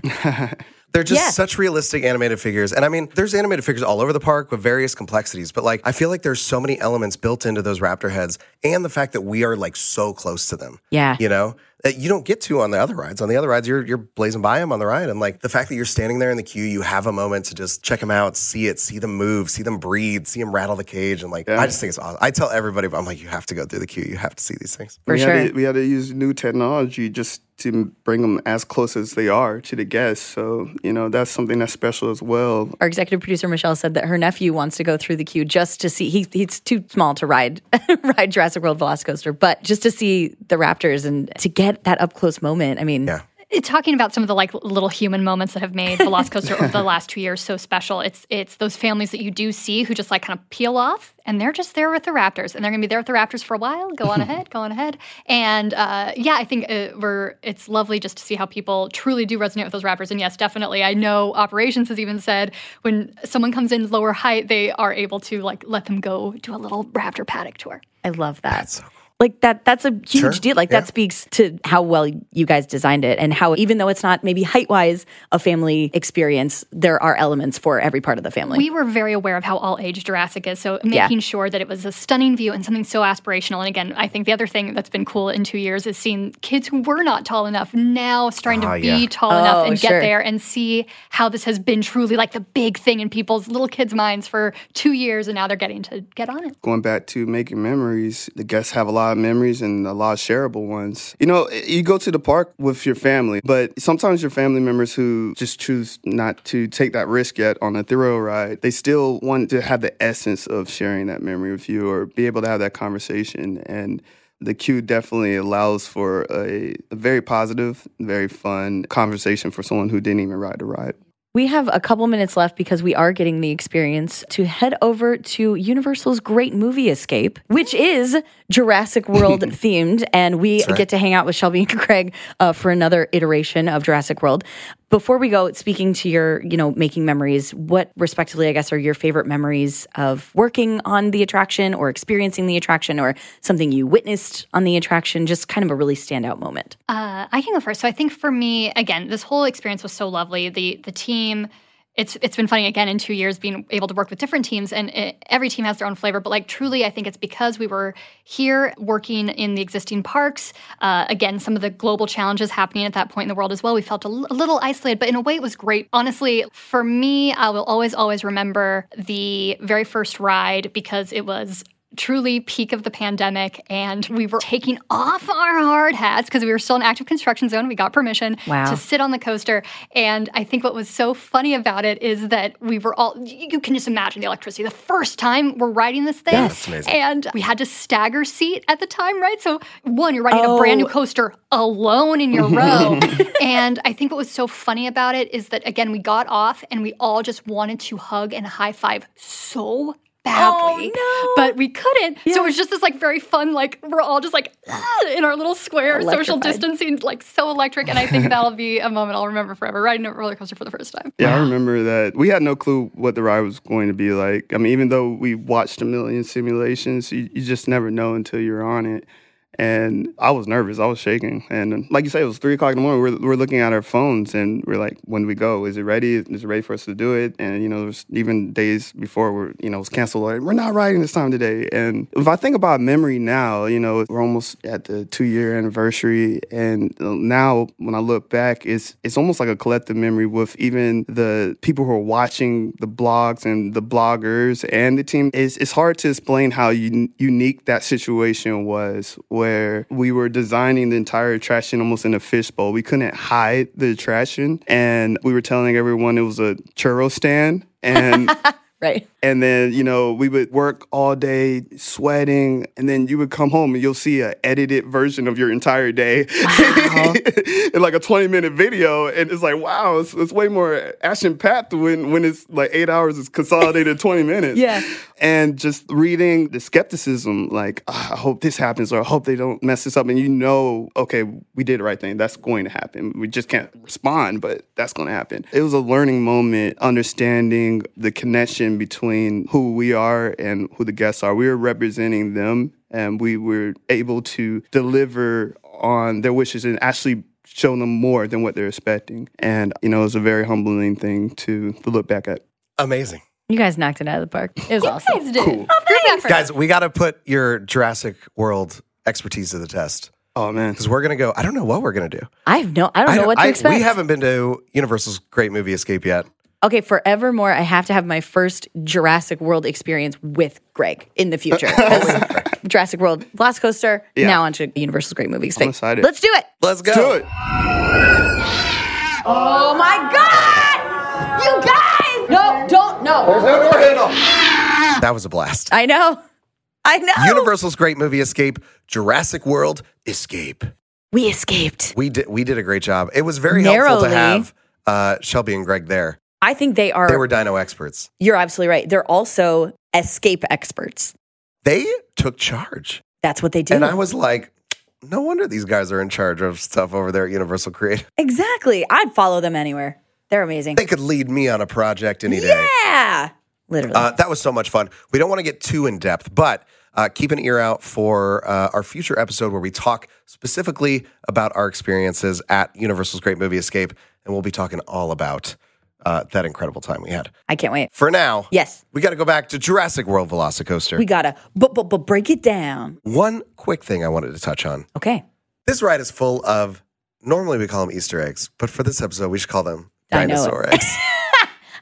S3: they're just
S2: Yeah.
S3: such realistic animated figures. And I mean, there's animated figures all over the park with various complexities, but like I feel like there's so many elements built into those raptor heads and the fact that we are like so close to them.
S2: Yeah.
S3: You know? That you don't get to on the other rides. On the other rides, you're you're blazing by them on the ride, and like the fact that you're standing there in the queue, you have a moment to just check them out, see it, see them move, see them breathe, see them rattle the cage, and like I just think it's awesome. I tell everybody, I'm like, you have to go through the queue, you have to see these things.
S2: For
S4: we
S2: sure.
S4: Had to, we had to use new technology just to bring them as close as they are to the guests. So, you know, that's something that's special as well.
S2: Our executive producer Michelle said that her nephew wants to go through the queue just to see. He he's too small to ride ride Jurassic World Velocicoaster, but just to see the raptors and to get that up close moment. I mean,
S3: Yeah.
S5: it- talking about some of the like little human moments that have made Velocicoaster over the last two years so special. It's it's those families that you do see who just like kind of peel off and they're just there with the Raptors and they're gonna be there with the Raptors for a while. Go on ahead, go on ahead. And uh, yeah, I think uh, we're it's lovely just to see how people truly do resonate with those Raptors. And yes, definitely, I know operations has even said when someone comes in lower height, they are able to like let them go do a little Raptor paddock tour.
S2: I love that. Like that that's a huge deal. Like
S3: yeah.
S2: that speaks to how well you guys designed it and how even though it's not maybe height-wise a family experience, there are elements for every part of the family.
S5: We were very aware of how all age Jurassic is, so making sure that it was a stunning view and something so aspirational. And again, I think the other thing that's been cool in two years is seeing kids who were not tall enough now starting to
S3: Ah,
S5: be
S3: yeah.
S5: tall
S2: Oh,
S5: enough and
S2: sure.
S5: get there and see how this has been truly like the big thing in people's little kids' minds for two years, and now they're getting to get on it.
S4: Going back to making memories, the guests have a lot of memories and a lot of shareable ones. You know, you go to the park with your family, but sometimes your family members who just choose not to take that risk yet on a thrill ride, they still want to have the essence of sharing that memory with you or be able to have that conversation. And the queue definitely allows for a, a very positive, very fun conversation for someone who didn't even ride the ride.
S2: We have a couple minutes left because we are getting the experience to head over to Universal's great movie escape, which is Jurassic World themed. And we get to hang out with Shelby and Craig uh, for another iteration of Jurassic World. Before we go, speaking to your, you know, making memories, what respectively, I guess, are your favorite memories of working on the attraction or experiencing the attraction or something you witnessed on the attraction? Just kind of a really standout moment.
S5: Uh, I can go first. So I think for me, again, this whole experience was so lovely. The the team, it's it's been funny again in two years being able to work with different teams, and it, every team has their own flavor. But like truly, I think it's because we were here working in the existing parks. Uh, again, some of the global challenges happening at that point in the world as well. We felt a l- a little isolated, but in a way, it was great. Honestly, for me, I will always always remember the very first ride because it was truly peak of the pandemic and we were taking off our hard hats because we were still in active construction zone we got permission
S2: Wow.
S5: to sit on the coaster and i think what was so funny about it is that we were all y- you can just imagine the electricity the first time we're riding this thing
S3: That's amazing.
S5: and we had to stagger seat at the time right so one you're riding a brand new
S2: Oh.
S5: coaster alone in your row and i think what was so funny about it is that again we got off and we all just wanted to hug and high five so badly
S2: Oh, no.
S5: but we couldn't. So it was just this like very fun, like we're all just like "Ah," in our little square, social
S2: Electrified.
S5: distancing, like so electric. And I think that'll be a moment I'll remember forever. Riding a roller coaster for the first time.
S4: Yeah, I remember that. We had no clue what the ride was going to be like. I mean, even though we watched a million simulations, you, you just never know until you're on it. And I was nervous. I was shaking. And um, like you said, it was three o'clock in the morning. We're, we're looking at our phones and we're like, when do we go? Is it ready? Is it ready for us to do it? And, you know, there's even days before where, you know, it was canceled. Like, we're not riding this time today. And if I think about memory now, you know, we're almost at the two year anniversary. And uh, now when I look back, it's, it's almost like a collective memory with even the people who are watching the blogs and the bloggers and the team. It's, it's hard to explain how un- unique that situation was where we were designing the entire attraction almost in a fishbowl. We couldn't hide the attraction. And we were telling everyone it was a churro stand. And
S2: Right.
S4: And then, you know, we would work all day sweating. And then you would come home and you'll see an edited version of your entire day in like a 20 minute video. And it's like, wow, it's, it's way more action packed when, when it's like eight hours is consolidated 20 minutes.
S2: Yeah.
S4: And just reading the skepticism, like, "Ah, I hope this happens or I hope they don't mess this up. And you know, okay, we did the right thing. That's going to happen. We just can't respond, but that's going to happen. It was a learning moment, understanding the connection between who we are and who the guests are. We were representing them and we were able to deliver on their wishes and actually show them more than what they're expecting. And, you know, it was a very humbling thing to, to look back at.
S3: Amazing.
S2: You guys knocked it out of the park. It was awesome.
S5: Guys did. Great effort.
S3: Guys, we got to put your Jurassic World expertise to the test
S4: Oh, man.
S3: because we're going to go. I don't know what we're going to do.
S2: I have no. I don't know what to expect.
S3: We haven't been to Universal's Great Movie Escape yet.
S2: Okay, forevermore, I have to have my first Jurassic World experience with Greg in the future. 'Cause Jurassic World, Last Coaster, now onto Universal's Great Movie Escape.
S4: excited.
S2: Let's do it.
S3: Let's go.
S4: Do it.
S2: Oh my God! You guys! No, don't, no.
S3: That was a blast.
S2: I know. I know.
S3: Universal's Great Movie Escape, Jurassic World Escape.
S2: we escaped.
S3: We did we did a great job. It was very helpful
S2: Narrowly.
S3: to have uh, Shelby and Greg there.
S2: I think they are,
S3: They were dino experts.
S2: you're absolutely right. They're also escape experts.
S3: They took charge.
S2: That's what they do.
S3: And I was like, no wonder these guys are in charge of stuff over there at Universal Creative.
S2: exactly. I'd follow them anywhere. They're amazing.
S3: They could lead me on a project any day.
S2: yeah. Literally.
S3: Uh, that was so much fun. We don't want to get too in depth, but uh, keep an ear out for uh, our future episode where we talk specifically about our experiences at Universal's Great Movie Escape, and we'll be talking all about uh, that incredible time we had.
S2: I can't wait.
S3: For now,
S2: Yes.
S3: we got to go back to Jurassic World Velocicoaster.
S2: We gotta but but but break it down.
S3: One quick thing I wanted to touch on:
S2: Okay.
S3: this ride is full of. Normally we call them Easter eggs, but for this episode we should call them
S2: Dino
S3: dinosaur eggs.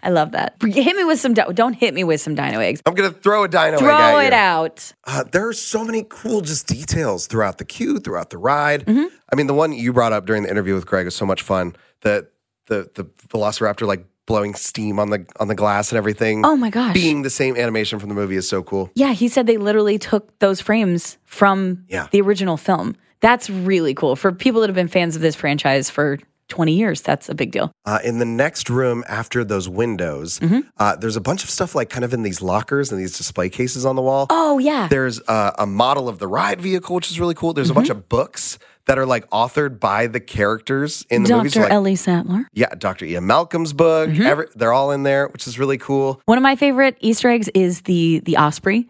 S2: I love that. Hit me with some. Di- don't hit me with some dino eggs.
S3: I'm gonna throw a dino egg at
S2: Throw it
S3: Oh, you.
S2: out.
S3: Uh, there are so many cool just details throughout the queue, throughout the ride.
S2: Mm-hmm.
S3: I mean, the one you brought up during the interview with Greg was so much fun. The the the Velociraptor like blowing steam on the on the glass and everything.
S2: Oh my gosh.
S3: Being the same animation from the movie is so cool.
S2: Yeah, he said they literally took those frames from
S3: Yeah.
S2: the original film. That's really cool for people that have been fans of this franchise for 20 years. That's a big deal.
S3: Uh, in the next room after those windows,
S2: Mm-hmm.
S3: uh, there's a bunch of stuff like kind of in these lockers and these display cases on the wall.
S2: Oh yeah.
S3: There's uh, a model of the ride vehicle, which is really cool. There's a bunch
S2: Mm-hmm.
S3: of books that are like authored by the characters in the movies.
S2: Dr.
S3: So, like,
S2: Ellie Sattler.
S3: Yeah, Dr. Ian Malcolm's book.
S2: Mm-hmm.
S3: every- they're all in there, which is really cool.
S2: One of my favorite Easter eggs is the the osprey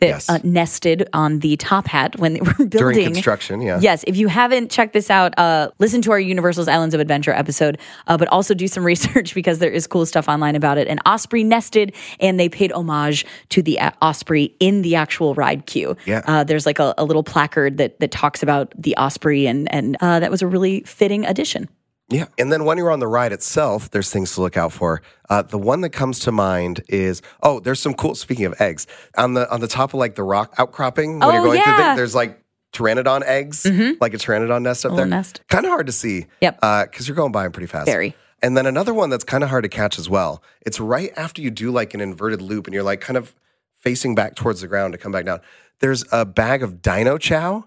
S2: that
S3: Yes.
S2: uh, nested on the top hat when they were building
S3: During construction, yeah.
S2: Yes, if you haven't checked this out, uh, listen to our Universal's Islands of Adventure episode, uh, but also do some research because there is cool stuff online about it. And Osprey nested, and they paid homage to the uh, Osprey in the actual ride queue.
S3: Yeah.
S2: Uh, there's like a, a little placard that that talks about the Osprey, and and uh, that was a really fitting addition.
S3: Yeah. And then when you're on the ride itself, there's things to look out for. Uh, the one that comes to mind is oh, there's some cool. Speaking of eggs, on the on the top of like the rock outcropping when
S2: Oh,
S3: you're going through
S2: yeah. Mm-hmm.
S3: there, there's like pteranodon eggs, like a pteranodon nest up there.
S2: nest.
S3: Kind of hard to see.
S2: Yep.
S3: Because you're going by them pretty fast.
S2: Very.
S3: And then another one that's kind of hard to catch as well. It's right after you do like an inverted loop and you're like kind of facing back towards the ground to come back down. There's a bag of dino chow.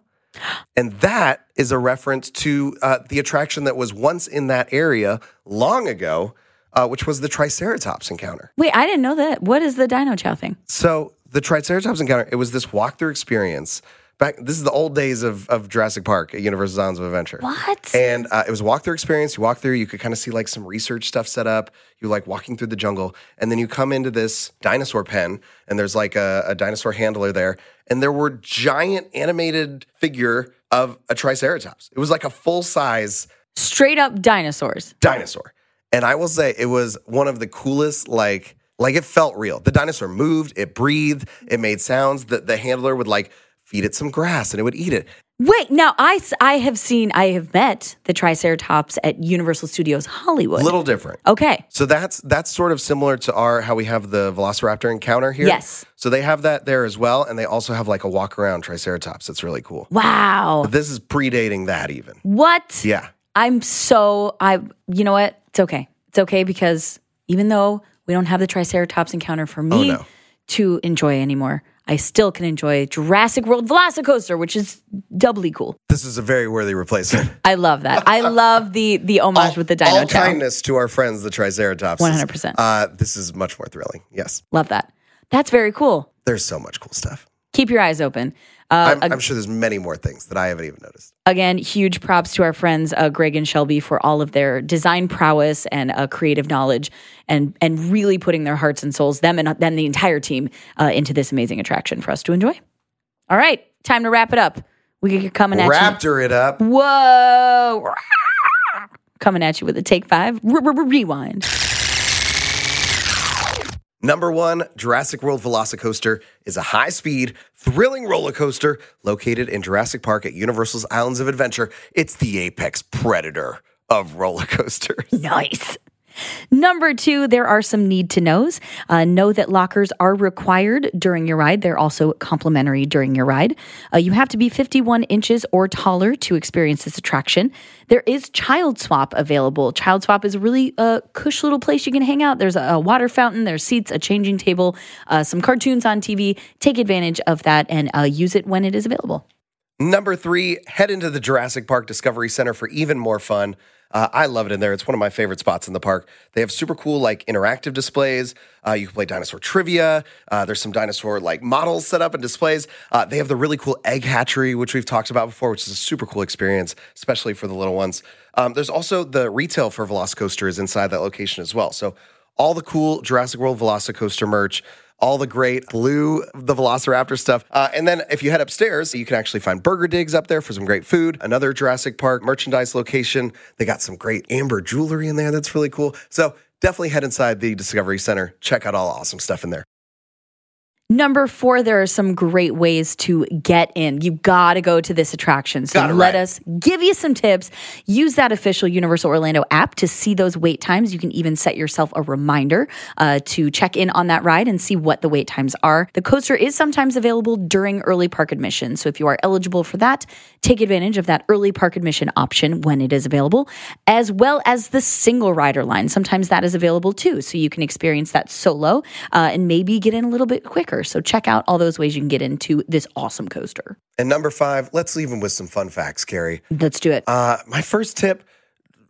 S3: And that is a reference to uh, the attraction that was once in that area long ago, uh, which was the Triceratops encounter.
S2: Wait, I didn't know that. What is the Dino Chow thing?
S3: So the Triceratops encounter, it was this walkthrough experience. Back, this is the old days of, of Jurassic Park at Universal Islands of Adventure.
S2: What?
S3: And uh, it was a walkthrough experience. You walk through, you could kind of see like some research stuff set up. You're like walking through the jungle, and then you come into this dinosaur pen, and there's like a, a dinosaur handler there, and there were giant animated figure of a triceratops. It was like a full size
S2: Straight up dinosaurs.
S3: dinosaur. And I will say it was one of the coolest, like, like it felt real. The dinosaur moved, it breathed, it made sounds. The, the handler would like feed it some grass and it would eat it.
S2: Wait, now I, s- I have seen, I have met the Triceratops at Universal Studios Hollywood.
S3: A little different.
S2: Okay.
S3: So that's that's sort of similar to our how we have the Velociraptor encounter here.
S2: Yes.
S3: So they have that there as well, and they also have like a walk around Triceratops. That's really cool.
S2: Wow.
S3: But this is predating that even.
S2: What?
S3: Yeah.
S2: I'm so, I, you know what? It's okay. It's okay because even though We don't have the Triceratops encounter for me
S3: Oh, no.
S2: to enjoy anymore. I still can enjoy Jurassic World Velocicoaster, which is doubly cool.
S3: This is a very worthy replacement.
S2: I love that. I love the the homage with the Dino
S3: All
S2: Chow.
S3: kindness to our friends, the Triceratops.
S2: 100%.
S3: Uh, this is much more thrilling. Yes.
S2: Love that. That's very cool.
S3: There's so much cool stuff.
S2: Keep your eyes open. Uh,
S3: I'm, I'm sure there's many more things that I haven't even noticed.
S2: again, huge props to our friends uh, Greg and Shelby for all of their design prowess and uh, creative knowledge, and and really putting their hearts and souls, them and then the entire team, uh, into this amazing attraction for us to enjoy. All right, time to wrap it up. We are coming at
S3: Raptor it up.
S2: you. Whoa! coming at you with a take five rewind.
S3: Number one, Jurassic World Velocicoaster is a high speed, thrilling roller coaster located in Jurassic Park at Universal's Islands of Adventure. It's the apex predator of roller coasters.
S2: Nice. Number two, there are some need to knows. Uh, know that lockers are required during your ride. They're also complimentary during your ride. Uh, you have to be 51 inches or taller to experience this attraction. There is Child Swap available. Child Swap is a really a cush little place you can hang out. There's a, a water fountain, there's seats, a changing table, uh, some cartoons on TV. Take advantage of that and uh, use it when it is available.
S3: Number three, head into the Jurassic Park Discovery Center for even more fun. Uh, I love it in there. It's one of my favorite spots in the park. They have super cool, like, interactive displays. Uh, you can play dinosaur trivia. Uh, there's some dinosaur, like, models set up and displays. Uh, they have the really cool egg hatchery, which we've talked about before, which is a super cool experience, especially for the little ones. Um, there's also the retail for Velocicoaster is inside that location as well. So all the cool Jurassic World Velocicoaster merch, all the great blue, the Velociraptor stuff. Uh, and then if you head upstairs, you can actually find Burger Digs up there for some great food, another Jurassic Park merchandise location. They got some great amber jewelry in there that's really cool. So definitely head inside the Discovery Center, check out all the awesome stuff in there.
S2: Number four, there are some great ways to get in. You got to go to this attraction. So
S3: Got it
S2: let
S3: right.
S2: us give you some tips. Use that official Universal Orlando app to see those wait times. You can even set yourself a reminder uh, to check in on that ride and see what the wait times are. The coaster is sometimes available during early park admission. So if you are eligible for that, take advantage of that early park admission option when it is available, as well as the single rider line. Sometimes that is available too. So you can experience that solo uh, and maybe get in a little bit quicker. So check out all those ways you can get into this awesome coaster.
S3: And number five, let's leave them with some fun facts, Carrie.
S2: Let's do it.
S3: Uh, my first tip: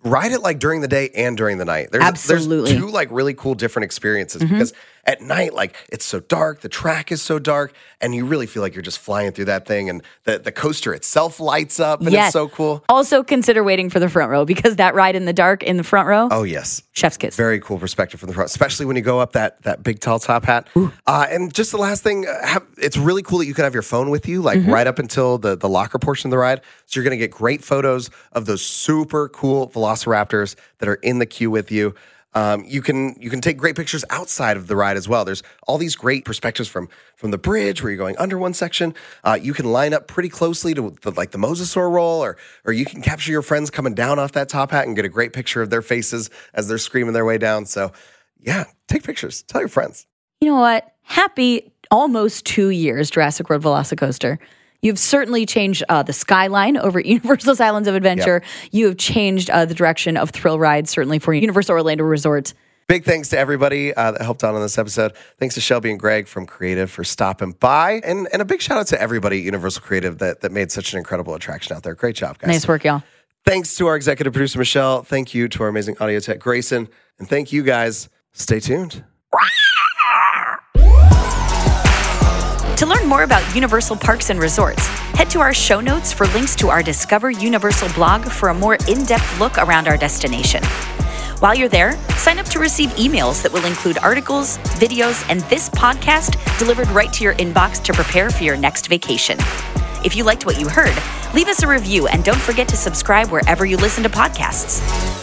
S3: ride it like during the day and during the night. There's
S2: Absolutely. Mm-hmm.
S3: there's two like really cool different experiences because at night, like it's so dark, the track is so dark, and you really feel like you're just flying through that thing, and the the coaster itself lights up, and
S2: Yes.
S3: it's so cool.
S2: Also, consider waiting for the front row because that ride in the dark in the front row,
S3: Oh yes.
S2: chef's kiss.
S3: Very cool perspective from the front, especially when you go up that that big tall top hat. Uh, and just the last thing, uh, have, it's really cool that you can have your phone with you, like right up until the the locker portion of the ride. So you're going to get great photos of those super cool Velociraptors that are in the queue with you. Um, you can you can take great pictures outside of the ride as well. There's all these great perspectives from from the bridge where you're going under one section. Uh, you can line up pretty closely to the, like the mosasaur roll, or or you can capture your friends coming down off that top hat and get a great picture of their faces as they're screaming their way down. So, yeah, take pictures. Tell your friends.
S2: you know what? Happy almost two years, Jurassic World Velocicoaster. You've certainly changed uh, the skyline over at Universal's Islands of Adventure. You have changed uh, the direction of thrill rides, certainly for Universal Orlando Resort.
S3: Big thanks to everybody uh, that helped out on this episode. Thanks to Shelby and Greg from Creative for stopping by, and and a big shout out to everybody at Universal Creative that that made such an incredible attraction out there. Great job, guys.
S2: Nice work, y'all.
S3: Thanks to our executive producer, Michelle. Thank you to our amazing audio tech, Grayson. And thank you guys. Stay tuned.
S2: To learn more about Universal Parks and Resorts, head to our show notes for links to our Discover Universal blog for a more in depth look around our destination. While you're there, sign up to receive emails that will include articles, videos, and this podcast delivered right to your inbox to prepare for your next vacation. If you liked what you heard, leave us a review and don't forget to subscribe wherever you listen to podcasts.